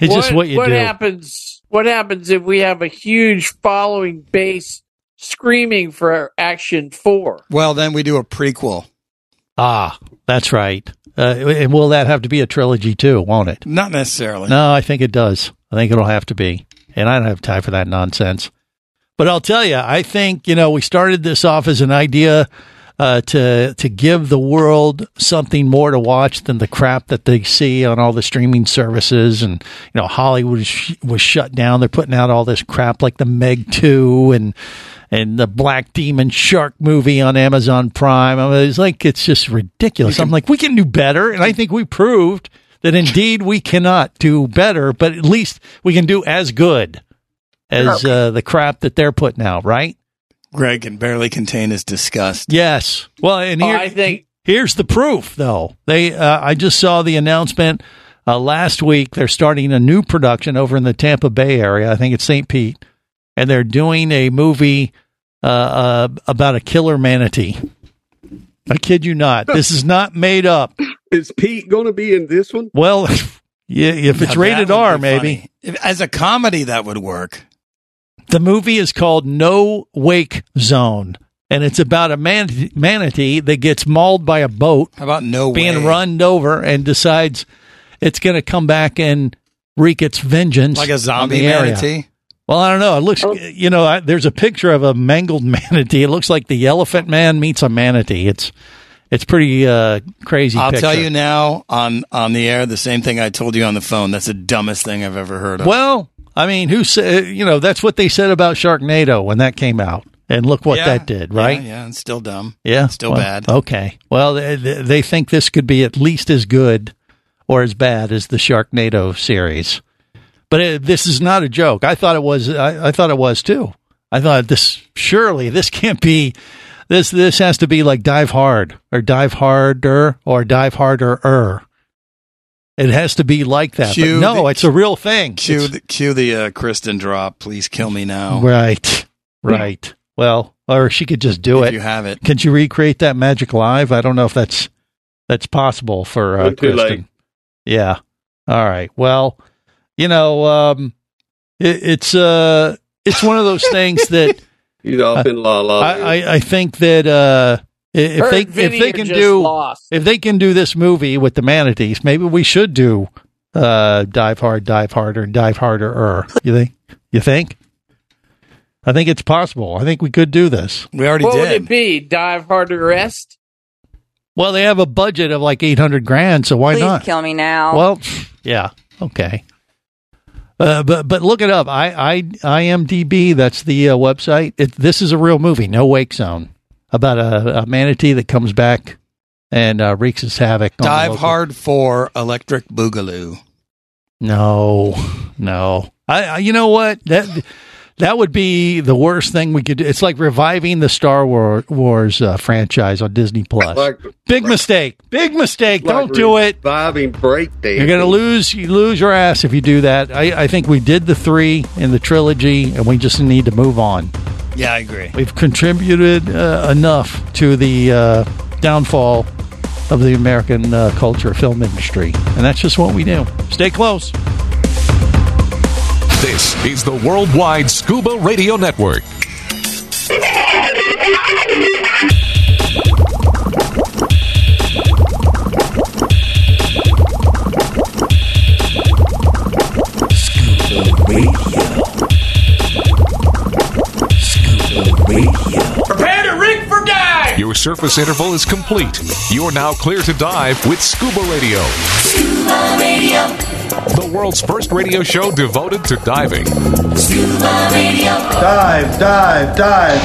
[SPEAKER 3] it's just what you do.
[SPEAKER 14] happens? What happens if we have a huge following base screaming for Action Four?
[SPEAKER 10] Well, then we do a prequel.
[SPEAKER 3] Ah, that's right. Uh, and will that have to be a trilogy too? Won't it?
[SPEAKER 10] Not necessarily.
[SPEAKER 3] No, I think it does. I think it'll have to be, and I don't have time for that nonsense. But I'll tell you, I think you know we started this off as an idea uh, to to give the world something more to watch than the crap that they see on all the streaming services, and you know Hollywood sh- was shut down. They're putting out all this crap like the Meg Two and and the Black Demon Shark movie on Amazon Prime. I mean, it's like it's just ridiculous. I'm like, we can do better, and I think we proved that indeed we cannot do better, but at least we can do as good as uh, the crap that they're putting out, right?
[SPEAKER 10] Greg can barely contain his disgust.
[SPEAKER 3] Yes. Well, and
[SPEAKER 14] Oh,
[SPEAKER 3] here,
[SPEAKER 14] I think-
[SPEAKER 3] here's the proof, though. They, uh, I just saw the announcement uh, last week. They're starting a new production over in the Tampa Bay area. I think it's St. Pete, and they're doing a movie uh, uh, about a killer manatee. I kid you not. This is not made up.
[SPEAKER 17] Is Pete going to be in this one?
[SPEAKER 3] Well, yeah, if it's
[SPEAKER 10] Now, that
[SPEAKER 3] rated
[SPEAKER 10] would be
[SPEAKER 3] R, maybe.
[SPEAKER 10] funny. If- as a comedy, that would work.
[SPEAKER 3] The movie is called No Wake Zone, and it's about a man- manatee that gets mauled by a boat.
[SPEAKER 10] How about no
[SPEAKER 3] being
[SPEAKER 10] way?
[SPEAKER 3] run over and decides it's going to come back and wreak its vengeance,
[SPEAKER 10] Like a
[SPEAKER 3] on
[SPEAKER 10] zombie
[SPEAKER 3] the area.
[SPEAKER 10] manatee?
[SPEAKER 3] Well, I don't know. It looks, you know, I, there's a picture of a mangled manatee. It looks like the elephant man meets a manatee. It's it's pretty uh, crazy.
[SPEAKER 10] I'll tell
[SPEAKER 3] picture.
[SPEAKER 10] you now on on the air the same thing I told you on the phone. That's the dumbest thing I've ever heard of.
[SPEAKER 3] Well, I mean, who said, you know, that's what they said about Sharknado when that came out. And look what
[SPEAKER 10] Yeah.
[SPEAKER 3] that did, right?
[SPEAKER 10] Yeah, yeah, and still dumb.
[SPEAKER 3] Yeah.
[SPEAKER 10] Still
[SPEAKER 3] Well,
[SPEAKER 10] bad.
[SPEAKER 3] Okay. Well, they, they they think this could be at least as good or as bad as the Sharknado series. But it, this is not a joke. I thought it was I, I thought it was too. I thought this surely this can't be this this has to be like Dive Hard or Dive Harder or Dive Harder er. It has to be like that. But
[SPEAKER 10] Cue
[SPEAKER 3] no,
[SPEAKER 10] the-
[SPEAKER 3] it's a real thing.
[SPEAKER 10] Cue
[SPEAKER 3] It's-
[SPEAKER 10] the, cue the uh, Kristen drop. Please kill me now.
[SPEAKER 3] Right. Right. Well, or she could just do
[SPEAKER 10] If
[SPEAKER 3] it.
[SPEAKER 10] you have it.
[SPEAKER 3] Can she recreate that magic live? I don't know if that's that's possible for uh,
[SPEAKER 10] Not too
[SPEAKER 3] Kristen.
[SPEAKER 10] late.
[SPEAKER 3] Yeah. All right. Well, you know, um, it, it's uh, it's one of those things that
[SPEAKER 17] He's off in la la.
[SPEAKER 3] I, I, I think that uh, i- if
[SPEAKER 14] Her
[SPEAKER 3] they
[SPEAKER 14] and
[SPEAKER 3] if
[SPEAKER 14] Vinny
[SPEAKER 3] they
[SPEAKER 14] are
[SPEAKER 3] can
[SPEAKER 14] just
[SPEAKER 3] do
[SPEAKER 14] lost.
[SPEAKER 3] if they can do this movie with the manatees, maybe we should do uh, dive hard, dive harder, and dive harder. Er, you think? You think? I think it's possible. I think we could do this.
[SPEAKER 10] We already
[SPEAKER 14] what would it be? Dive harder rest?
[SPEAKER 3] Well, they have a budget of like eight hundred grand, so why
[SPEAKER 8] Please
[SPEAKER 3] not?
[SPEAKER 8] kill me now.
[SPEAKER 3] Well, yeah, okay. Uh, but but look it up. I I IMDb. That's the uh, website. It, this is a real movie, No Wake Zone, about a, a manatee that comes back and uh, wreaks his havoc. on the
[SPEAKER 10] Dive
[SPEAKER 3] local-
[SPEAKER 10] hard for electric boogaloo.
[SPEAKER 3] No, no. I, I you know what that that would be the worst thing we could. do. It's like reviving the Star War, Wars uh, franchise on Disney Plus.
[SPEAKER 17] Like-
[SPEAKER 3] Big mistake. Big mistake. Don't do it.
[SPEAKER 17] Vibing breakdance.
[SPEAKER 3] You're gonna lose. You lose your ass if you do that. I, I think we did the three in the trilogy, and we just need to move on.
[SPEAKER 10] Yeah, I agree.
[SPEAKER 3] We've contributed uh, enough to the uh, downfall of the American uh, culture, film industry, and that's just what we do. Stay close.
[SPEAKER 4] This is the Worldwide Scuba Radio Network.
[SPEAKER 18] Prepare to rig for dive!
[SPEAKER 4] Your surface interval is complete. You're now clear to dive with Scuba Radio,
[SPEAKER 18] Scuba Radio,
[SPEAKER 4] the world's first radio show devoted to diving.
[SPEAKER 18] Scuba Radio.
[SPEAKER 21] Dive, dive, dive.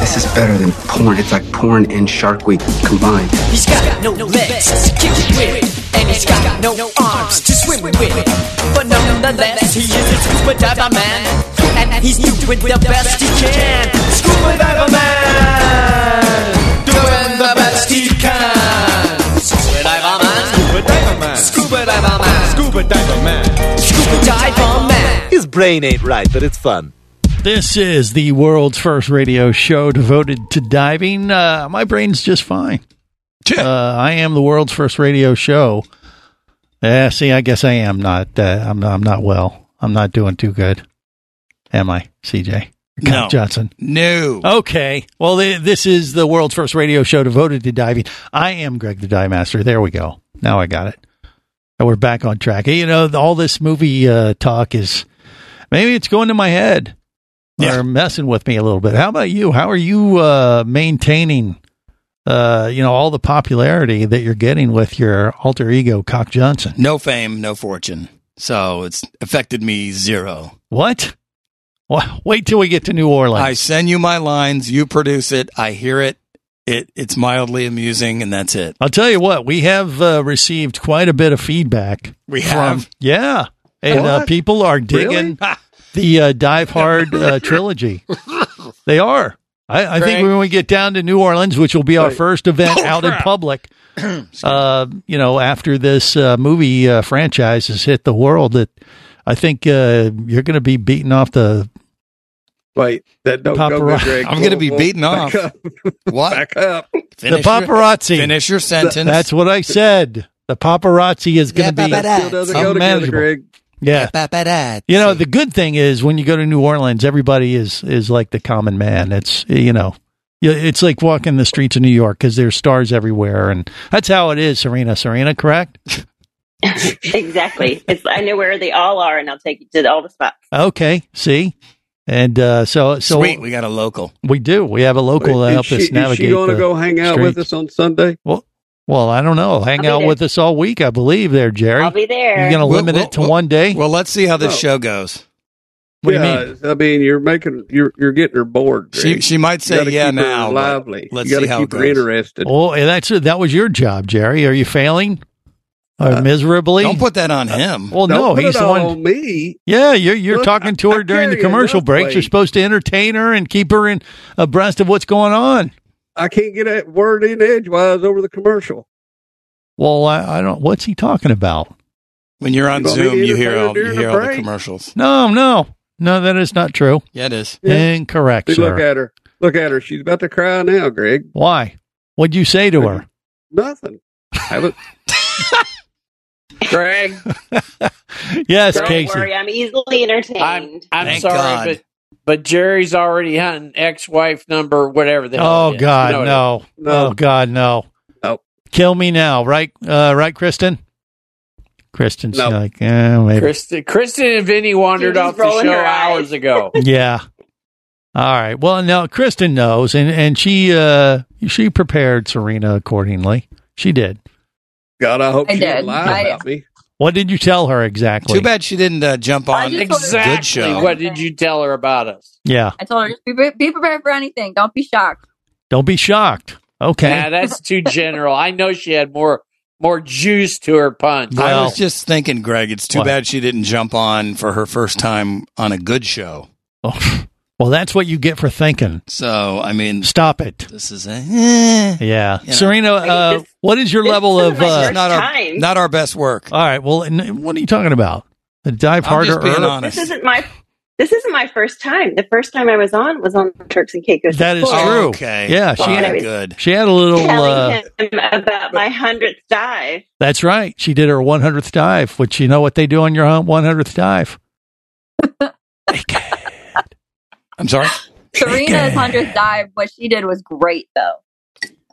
[SPEAKER 22] This is better than porn. It's like porn and Shark Week combined.
[SPEAKER 18] He's got no legs to kick it with, and he's got no arms to swim with. But nonetheless, he is a scuba diver man, and he's doing the best he can. Scuba diver man, doing the best he can. Scuba diver man, scuba diver man, scuba diver man, scuba diver man, scuba diver man.
[SPEAKER 23] His brain ain't right, but it's fun.
[SPEAKER 3] This is the world's first radio show devoted to diving. Uh, my brain's just fine. Uh, I am the world's first radio show. Yeah, see, I guess I am not. Uh, I'm I'm not well. I'm not doing too good. Am I, CJ?
[SPEAKER 10] No.
[SPEAKER 3] Johnson.
[SPEAKER 10] No.
[SPEAKER 3] Okay. Well, th- this is the world's first radio show devoted to diving. I am Greg the Dive Master. There we go. Now I got it. And we're back on track. You know, th- all this movie uh, talk is maybe it's going to my head or messing with me a little bit. How about you? How are you uh, maintaining, uh, you know, all the popularity that you're getting with your alter ego, Cock Johnson?
[SPEAKER 10] No fame, no fortune. So it's affected me zero.
[SPEAKER 3] What? Well, wait till we get to New Orleans.
[SPEAKER 10] I send you my lines, you produce it, I hear it, it it's mildly amusing, and that's it.
[SPEAKER 3] I'll tell you what, we have uh, received quite a bit of feedback.
[SPEAKER 10] We have?
[SPEAKER 3] yeah. And uh,
[SPEAKER 10] What?
[SPEAKER 3] people are digging the uh, Dive Hard uh, trilogy. They are. I, I think
[SPEAKER 10] Craig?
[SPEAKER 3] when we get down to New Orleans, which will be our
[SPEAKER 10] Right.
[SPEAKER 3] first event
[SPEAKER 10] Oh,
[SPEAKER 3] out in
[SPEAKER 10] crap.
[SPEAKER 3] public, uh, you know, after this uh, movie uh, franchise has hit the world, that I think uh, you're going to be beating off the
[SPEAKER 17] Wait, that don't go
[SPEAKER 3] Papara-
[SPEAKER 17] good, Greg.
[SPEAKER 3] I'm gonna be
[SPEAKER 17] Whoa, whoa,
[SPEAKER 3] beaten off.
[SPEAKER 17] back Up.
[SPEAKER 10] What?
[SPEAKER 17] Back up.
[SPEAKER 3] the paparazzi.
[SPEAKER 10] finish your sentence.
[SPEAKER 3] That's what I said. The paparazzi is going to
[SPEAKER 17] That still
[SPEAKER 3] be
[SPEAKER 17] doesn't go together,
[SPEAKER 3] unmanageable.
[SPEAKER 17] Greg.
[SPEAKER 3] Yeah. You know, the good thing is when you go to New Orleans, everybody is is like the common man. It's you know, you- it's like walking the streets of New York because there's stars everywhere, and that's how it is. Serena, Serena, correct?
[SPEAKER 11] exactly. It's I know where they all are, and I'll take you to all the spots.
[SPEAKER 3] Okay, see, and uh, so so
[SPEAKER 10] Sweet, we got a local.
[SPEAKER 3] we do. We have a local
[SPEAKER 17] Wait,
[SPEAKER 3] to
[SPEAKER 17] is
[SPEAKER 3] help
[SPEAKER 17] she-
[SPEAKER 3] us navigate.
[SPEAKER 17] Is she going
[SPEAKER 3] the
[SPEAKER 17] to go hang out with
[SPEAKER 3] streets.
[SPEAKER 17] us on Sunday?
[SPEAKER 3] Well, Well, I don't know. Hang out with us all week, I believe. There, Jerry.
[SPEAKER 11] I'll be there.
[SPEAKER 3] You're going to
[SPEAKER 11] Well,
[SPEAKER 3] limit
[SPEAKER 11] well,
[SPEAKER 3] it to one day.
[SPEAKER 10] Well, let's see how this
[SPEAKER 11] Oh.
[SPEAKER 10] show goes.
[SPEAKER 3] What do you
[SPEAKER 11] mean?
[SPEAKER 17] I mean, you're making you're you're getting her bored.
[SPEAKER 10] She
[SPEAKER 17] Greg.
[SPEAKER 10] she might say
[SPEAKER 17] You gotta
[SPEAKER 10] yeah
[SPEAKER 17] keep her
[SPEAKER 10] now. but
[SPEAKER 17] Lively.
[SPEAKER 10] Let's
[SPEAKER 17] you gotta
[SPEAKER 10] see how
[SPEAKER 17] keep
[SPEAKER 10] it
[SPEAKER 17] her
[SPEAKER 10] goes.
[SPEAKER 17] interested.
[SPEAKER 3] Oh, and that's that was your job, Jerry. Are you failing? Or
[SPEAKER 17] Uh,
[SPEAKER 3] miserably?
[SPEAKER 10] Don't put that on him.
[SPEAKER 3] Well, no, he's the one.
[SPEAKER 17] me.
[SPEAKER 3] Yeah, you're you're
[SPEAKER 17] Look,
[SPEAKER 3] talking to
[SPEAKER 17] I-
[SPEAKER 3] her
[SPEAKER 17] I
[SPEAKER 3] during the
[SPEAKER 17] carry
[SPEAKER 3] commercial
[SPEAKER 17] enough
[SPEAKER 3] breaks. You're
[SPEAKER 17] weight.
[SPEAKER 3] supposed to entertain her and keep her in abreast of what's going on.
[SPEAKER 17] I can't get that word in edgewise over the commercial.
[SPEAKER 3] Well, I, I don't. What's he talking about?
[SPEAKER 10] When you're on
[SPEAKER 17] You want me to
[SPEAKER 10] Zoom, you hear
[SPEAKER 17] interfere
[SPEAKER 10] all you
[SPEAKER 17] during the
[SPEAKER 10] hear all the
[SPEAKER 17] break?
[SPEAKER 10] commercials.
[SPEAKER 3] No, no, no. That is not true.
[SPEAKER 10] Yeah, it is.
[SPEAKER 3] Incorrect,
[SPEAKER 17] See,
[SPEAKER 3] sir.
[SPEAKER 17] look at her. Look at her. She's about to cry now, Greg.
[SPEAKER 3] Why? What'd you say to her?
[SPEAKER 17] Nothing. Haven't.
[SPEAKER 14] Greg.
[SPEAKER 3] yes,
[SPEAKER 11] Don't worry, I'm easily entertained.
[SPEAKER 14] I'm, I'm
[SPEAKER 11] Thank
[SPEAKER 14] sorry,
[SPEAKER 11] God.
[SPEAKER 14] but but Jerry's already hunting ex-wife number whatever. The hell
[SPEAKER 3] Oh
[SPEAKER 14] it is.
[SPEAKER 3] God,
[SPEAKER 14] You know it
[SPEAKER 3] no.
[SPEAKER 14] is.
[SPEAKER 3] Oh God, no.
[SPEAKER 17] No.
[SPEAKER 3] Kill me now, right? Uh, right, Kristen. Kristen's
[SPEAKER 14] No.
[SPEAKER 3] like, eh, maybe.
[SPEAKER 14] Kristen, Kristen and Vinny wandered
[SPEAKER 11] She's
[SPEAKER 14] off the
[SPEAKER 11] rolling
[SPEAKER 14] show
[SPEAKER 11] her eyes.
[SPEAKER 14] hours ago.
[SPEAKER 3] yeah. All right. Well, now Kristen knows, and and she uh she prepared Serena accordingly. She did.
[SPEAKER 17] God, I hope
[SPEAKER 20] I
[SPEAKER 17] oh, she
[SPEAKER 20] did.
[SPEAKER 17] didn't lie
[SPEAKER 20] I-
[SPEAKER 17] about me.
[SPEAKER 3] What did you tell her exactly?
[SPEAKER 10] Too bad she didn't uh, jump on
[SPEAKER 14] Exactly.
[SPEAKER 10] Good show.
[SPEAKER 14] What did you tell her about us?
[SPEAKER 3] Yeah.
[SPEAKER 20] I told her just be, pre- be prepared for anything. Don't be shocked.
[SPEAKER 3] Don't be shocked. Okay.
[SPEAKER 14] Nah, that's too general. I know she had more more juice to her punch.
[SPEAKER 10] I was just thinking, Greg. It's too
[SPEAKER 3] What?
[SPEAKER 10] bad she didn't jump on for her first time on a good show.
[SPEAKER 3] Oh, well, that's what you get for thinking.
[SPEAKER 10] So I mean,
[SPEAKER 3] Stop it.
[SPEAKER 10] this is a
[SPEAKER 3] Yeah.
[SPEAKER 10] You know.
[SPEAKER 3] Serena, uh, what is your level
[SPEAKER 10] this
[SPEAKER 3] of.
[SPEAKER 10] isn't my
[SPEAKER 3] Uh,
[SPEAKER 10] first Not our- time. not our best work.
[SPEAKER 3] All right. Well, n- what are you talking about? The dive
[SPEAKER 10] I'm
[SPEAKER 3] harder.
[SPEAKER 10] just being
[SPEAKER 3] or-
[SPEAKER 10] honest.
[SPEAKER 11] This isn't my. This isn't my first time. The first time I was on was on Turks and Caicos.
[SPEAKER 3] That is
[SPEAKER 11] Explorer.
[SPEAKER 3] true.
[SPEAKER 10] Okay.
[SPEAKER 3] Yeah. She
[SPEAKER 11] All
[SPEAKER 3] had,
[SPEAKER 11] right.
[SPEAKER 10] Good.
[SPEAKER 3] She had a little.
[SPEAKER 11] Telling
[SPEAKER 3] Uh,
[SPEAKER 11] him about my hundredth dive.
[SPEAKER 3] that's right. She did her 100th dive, which you know what they do on your hun- 100th dive.
[SPEAKER 10] I'm sorry.
[SPEAKER 20] Serena's hundredth dive, what she did was great though.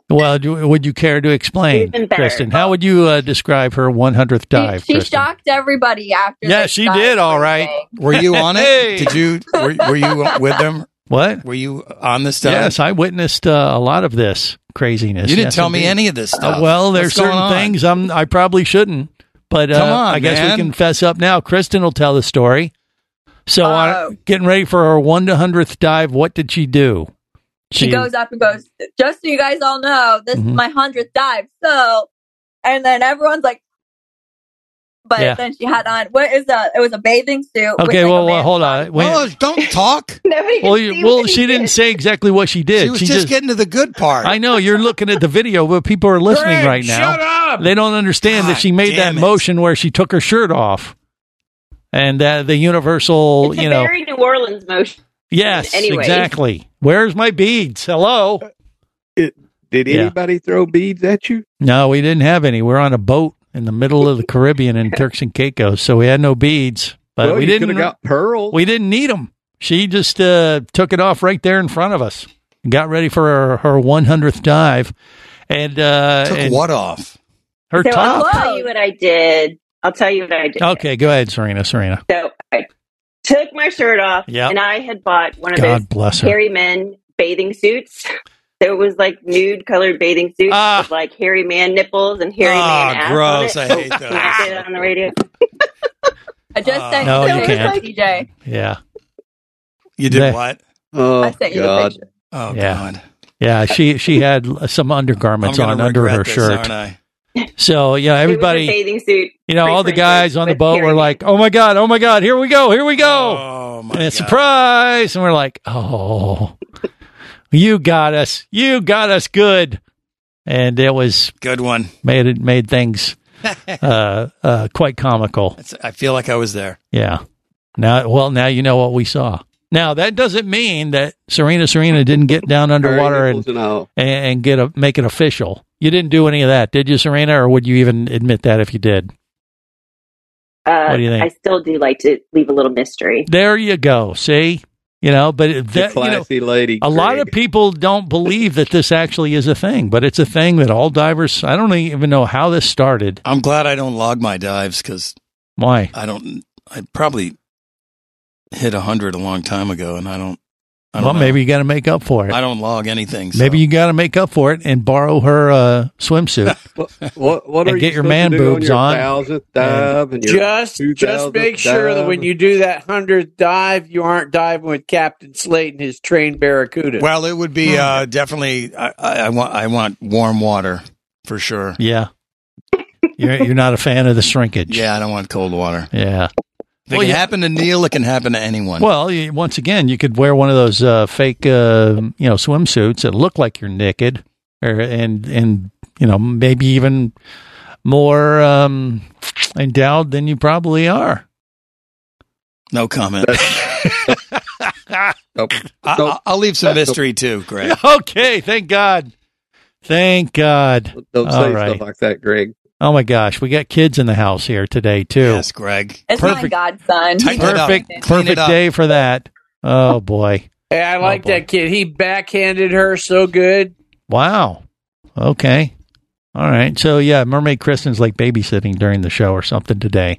[SPEAKER 3] Well, do, would you care to explain,
[SPEAKER 20] Even better.
[SPEAKER 3] Kristen? How would you uh, describe her 100th dive?
[SPEAKER 20] she
[SPEAKER 3] Kristen?
[SPEAKER 20] shocked everybody after.
[SPEAKER 3] yeah,
[SPEAKER 20] this
[SPEAKER 3] she
[SPEAKER 20] dive
[SPEAKER 3] did. All right.
[SPEAKER 20] thing.
[SPEAKER 10] Were you on it?
[SPEAKER 3] Hey!
[SPEAKER 10] Did you? Were, were you with them?
[SPEAKER 3] What?
[SPEAKER 10] Were you on this stuff?
[SPEAKER 3] Yes, I witnessed uh, a lot of this craziness.
[SPEAKER 10] You didn't
[SPEAKER 3] Yes,
[SPEAKER 10] tell me
[SPEAKER 3] indeed.
[SPEAKER 10] any of this
[SPEAKER 3] Uh,
[SPEAKER 10] stuff.
[SPEAKER 3] well, there's
[SPEAKER 10] What's going
[SPEAKER 3] certain
[SPEAKER 10] on?
[SPEAKER 3] things I'm, I probably shouldn't, but uh,
[SPEAKER 10] Come on,
[SPEAKER 3] I guess we
[SPEAKER 10] man.
[SPEAKER 3] can fess up now. Kristen will tell the story. So,
[SPEAKER 20] Oh.
[SPEAKER 3] uh, getting ready for her one to hundredth dive, what did she do?
[SPEAKER 20] She, goes up and goes, just so you guys all know, this
[SPEAKER 3] Mhm.
[SPEAKER 20] is my hundredth dive. So, and then everyone's like, but
[SPEAKER 3] Yeah.
[SPEAKER 20] then she had on what is that? It was a bathing suit. with,
[SPEAKER 3] Okay,
[SPEAKER 20] like, a
[SPEAKER 3] well, well
[SPEAKER 20] man-
[SPEAKER 3] hold on. Wait.
[SPEAKER 10] Oh, don't talk.
[SPEAKER 11] Nobody
[SPEAKER 3] well, you, well, she didn't say exactly what she did.
[SPEAKER 10] She was just, getting to the good part.
[SPEAKER 3] I know you're looking at the video, but people are listening
[SPEAKER 10] Greg,
[SPEAKER 3] right now.
[SPEAKER 10] shut up!
[SPEAKER 3] They don't understand that
[SPEAKER 10] God
[SPEAKER 3] she made that
[SPEAKER 10] damn it.
[SPEAKER 3] motion where she took her shirt off, and uh, the universal,
[SPEAKER 11] It's
[SPEAKER 3] you
[SPEAKER 11] a
[SPEAKER 3] know,
[SPEAKER 11] very New Orleans motion.
[SPEAKER 3] yes,
[SPEAKER 11] anyway.
[SPEAKER 3] exactly. Where's my beads? Hello.
[SPEAKER 17] Uh, Did
[SPEAKER 3] Yeah.
[SPEAKER 17] anybody throw beads at you?
[SPEAKER 3] No, we didn't have any. We're on a boat in the middle of the Caribbean in Turks and Caicos, so we had no beads, but
[SPEAKER 17] well,
[SPEAKER 3] we
[SPEAKER 17] you
[SPEAKER 3] didn't.
[SPEAKER 17] coulda got pearls.
[SPEAKER 3] we didn't need them. She just uh, took it off right there in front of us and got ready for her, her 100th dive. And, uh,
[SPEAKER 10] Took
[SPEAKER 3] and
[SPEAKER 10] what off?
[SPEAKER 3] her
[SPEAKER 11] so
[SPEAKER 3] top.
[SPEAKER 11] I'll tell you what I did. I'll tell you what I did.
[SPEAKER 3] Okay, go ahead, Serena. Serena.
[SPEAKER 11] So I took my shirt off,
[SPEAKER 3] Yep.
[SPEAKER 11] and I had bought one of
[SPEAKER 3] God
[SPEAKER 11] those
[SPEAKER 3] bless her.
[SPEAKER 11] hairy men bathing suits. So it was like nude colored bathing suits
[SPEAKER 3] Ah.
[SPEAKER 11] with like hairy man nipples and hairy
[SPEAKER 10] Ah,
[SPEAKER 11] man ass.
[SPEAKER 10] gross. I
[SPEAKER 11] On it.
[SPEAKER 10] hate
[SPEAKER 11] Can I say that on the radio.
[SPEAKER 20] I just sent
[SPEAKER 3] Ah. No,
[SPEAKER 20] you
[SPEAKER 3] you
[SPEAKER 20] the
[SPEAKER 3] can't.
[SPEAKER 20] picture, TJ.
[SPEAKER 3] Yeah.
[SPEAKER 10] You did
[SPEAKER 3] They-
[SPEAKER 10] what?
[SPEAKER 17] Oh,
[SPEAKER 20] I sent you the
[SPEAKER 17] God.
[SPEAKER 20] picture.
[SPEAKER 10] Oh
[SPEAKER 3] Yeah.
[SPEAKER 10] God!
[SPEAKER 3] Yeah, she she had some
[SPEAKER 10] I'm
[SPEAKER 3] undergarments
[SPEAKER 10] gonna
[SPEAKER 3] on under
[SPEAKER 10] regret
[SPEAKER 3] her
[SPEAKER 10] this, aren't
[SPEAKER 3] shirt.
[SPEAKER 10] I?
[SPEAKER 3] So, yeah,
[SPEAKER 11] It was a
[SPEAKER 3] everybody,
[SPEAKER 11] bathing suit.
[SPEAKER 3] you know, all the
[SPEAKER 11] pre-printed
[SPEAKER 3] guys on the
[SPEAKER 11] with
[SPEAKER 3] boat
[SPEAKER 11] hairy
[SPEAKER 3] were
[SPEAKER 11] man.
[SPEAKER 3] like, "Oh my god, oh my god, here we go, here we go."
[SPEAKER 10] Oh my
[SPEAKER 3] and it's
[SPEAKER 10] God.
[SPEAKER 3] surprise, and we're like, "Oh, you got us. You got us good." And it was
[SPEAKER 10] Good one.
[SPEAKER 3] made it made things uh, uh, quite comical.
[SPEAKER 10] That's, I feel like I was there.
[SPEAKER 3] Yeah. Now, well, now you know what we saw. Now that doesn't mean that Serena Serena didn't get down underwater
[SPEAKER 17] Hairy
[SPEAKER 3] and
[SPEAKER 17] nipples and all.
[SPEAKER 3] and get a make it official. You didn't do any of that, did you, Serena? Or would you even admit that if you did?
[SPEAKER 11] Uh,
[SPEAKER 3] What do you think?
[SPEAKER 11] I still do like to leave a little mystery.
[SPEAKER 3] There you go. See, you know, but it-
[SPEAKER 17] The
[SPEAKER 3] that you know,
[SPEAKER 17] classy lady.
[SPEAKER 3] a lot of
[SPEAKER 17] Greg.
[SPEAKER 3] people don't believe that this actually is a thing, but it's a thing that all divers. I don't even know how this started.
[SPEAKER 10] I'm glad I don't log my dives because
[SPEAKER 3] Why?
[SPEAKER 10] I don't. I probably hit a hundred a long time ago, and I don't. I don't
[SPEAKER 3] well,
[SPEAKER 10] know.
[SPEAKER 3] maybe you got to make up for it.
[SPEAKER 10] I don't log anything. so-
[SPEAKER 3] Maybe you got to make up for it and borrow her uh, swimsuit.
[SPEAKER 17] What, what
[SPEAKER 3] And
[SPEAKER 17] are
[SPEAKER 3] get
[SPEAKER 17] you
[SPEAKER 3] your
[SPEAKER 17] supposed
[SPEAKER 3] man
[SPEAKER 17] to do
[SPEAKER 3] boobs
[SPEAKER 17] on? Your
[SPEAKER 3] on.
[SPEAKER 17] Thousandth dive and your
[SPEAKER 14] Just,
[SPEAKER 17] 2000th
[SPEAKER 14] just make sure that
[SPEAKER 17] dive?
[SPEAKER 14] when you do that hundredth dive, you aren't diving with Captain Slate and his trained barracuda.
[SPEAKER 10] Well, it would
[SPEAKER 3] Hmm.
[SPEAKER 10] be uh, definitely. I, I, I want. I want warm water for sure.
[SPEAKER 3] yeah, you're you're not a fan of the shrinkage.
[SPEAKER 10] Yeah, I don't want cold water.
[SPEAKER 3] Yeah.
[SPEAKER 10] If it can happen to Neil, it can happen to anyone.
[SPEAKER 3] Well, you, once again, you could wear one of those uh, fake, uh, you know, swimsuits that look like you're naked, or and and you know maybe even more um, endowed than you probably are.
[SPEAKER 10] no comment. I,
[SPEAKER 3] Nope.
[SPEAKER 10] I- I'll leave some mystery too, Greg.
[SPEAKER 3] Okay, thank God. Thank God.
[SPEAKER 17] Don't
[SPEAKER 3] All
[SPEAKER 17] say
[SPEAKER 3] right.
[SPEAKER 17] stuff like that, Greg.
[SPEAKER 3] Oh my gosh, we got kids in the house here today too.
[SPEAKER 10] Yes, Greg.
[SPEAKER 20] It's my
[SPEAKER 3] Perfect.
[SPEAKER 20] godson.
[SPEAKER 10] Tighten it up.
[SPEAKER 3] Perfect,
[SPEAKER 10] Clean it
[SPEAKER 3] perfect
[SPEAKER 10] up.
[SPEAKER 3] day for that. Oh boy.
[SPEAKER 14] Hey, I like that kid. He backhanded her so good.
[SPEAKER 3] Wow. Okay. All right. So yeah, Mermaid Kristen's like babysitting during the show or something today,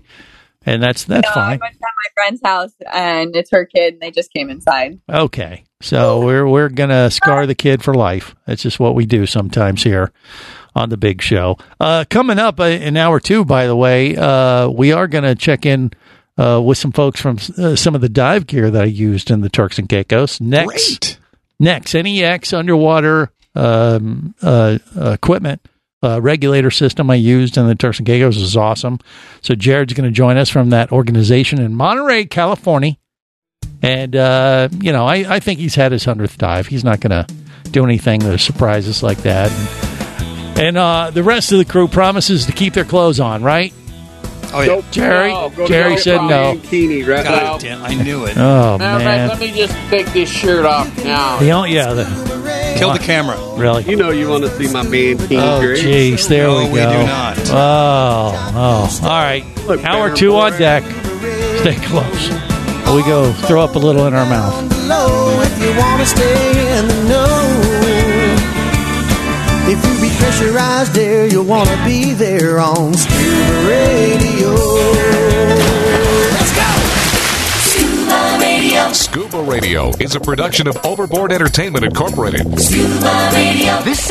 [SPEAKER 3] and that's that's
[SPEAKER 20] no, I
[SPEAKER 3] fine.
[SPEAKER 20] went to my friend's house and it's her kid and they just came inside.
[SPEAKER 3] Okay. So we're we're gonna scar the kid for life. That's just what we do sometimes here on the big show. Uh, coming up uh, in hour two, by the way, uh, we are gonna check in. Uh, with some folks from uh, some of the dive gear that I used in the Turks and Caicos. Next, Next, NEX underwater um, uh, uh, equipment uh, regulator system I used in the Turks and Caicos is awesome. So Jared's going to join us from that organization in Monterey, California. And uh, you know, I, I think he's had his hundredth dive. He's not going to do anything that surprises like that. And, uh, the rest of the crew promises to keep their clothes on, right?
[SPEAKER 10] Oh yeah,
[SPEAKER 17] Nope.
[SPEAKER 3] Jerry-
[SPEAKER 17] No, go
[SPEAKER 3] Jerry
[SPEAKER 17] get
[SPEAKER 3] said
[SPEAKER 17] my
[SPEAKER 3] no.
[SPEAKER 17] Mankini right now.
[SPEAKER 10] God damn, I knew it.
[SPEAKER 3] Oh
[SPEAKER 14] Matter of fact,
[SPEAKER 3] man,
[SPEAKER 14] let me just take this shirt off now.
[SPEAKER 3] the only, yeah, the,
[SPEAKER 10] Kill the camera.
[SPEAKER 3] really.
[SPEAKER 17] You know you want to see my mankini,
[SPEAKER 3] Oh,
[SPEAKER 17] Greg.
[SPEAKER 3] jeez, there
[SPEAKER 10] No,
[SPEAKER 3] we go.
[SPEAKER 10] we do not.
[SPEAKER 3] Oh, oh. All right.
[SPEAKER 17] Look,
[SPEAKER 3] Hour
[SPEAKER 17] Baron
[SPEAKER 3] two on
[SPEAKER 17] Boyer.
[SPEAKER 3] deck. Stay close. We go throw up a little in our mouth.
[SPEAKER 18] Low if you want to stay in the know. If you be pressurized there, you'll want to be there on Scuba Radio. Let's go! Scuba Radio.
[SPEAKER 4] Scuba Radio is a production of Overboard Entertainment Incorporated.
[SPEAKER 18] Scuba Radio.
[SPEAKER 1] This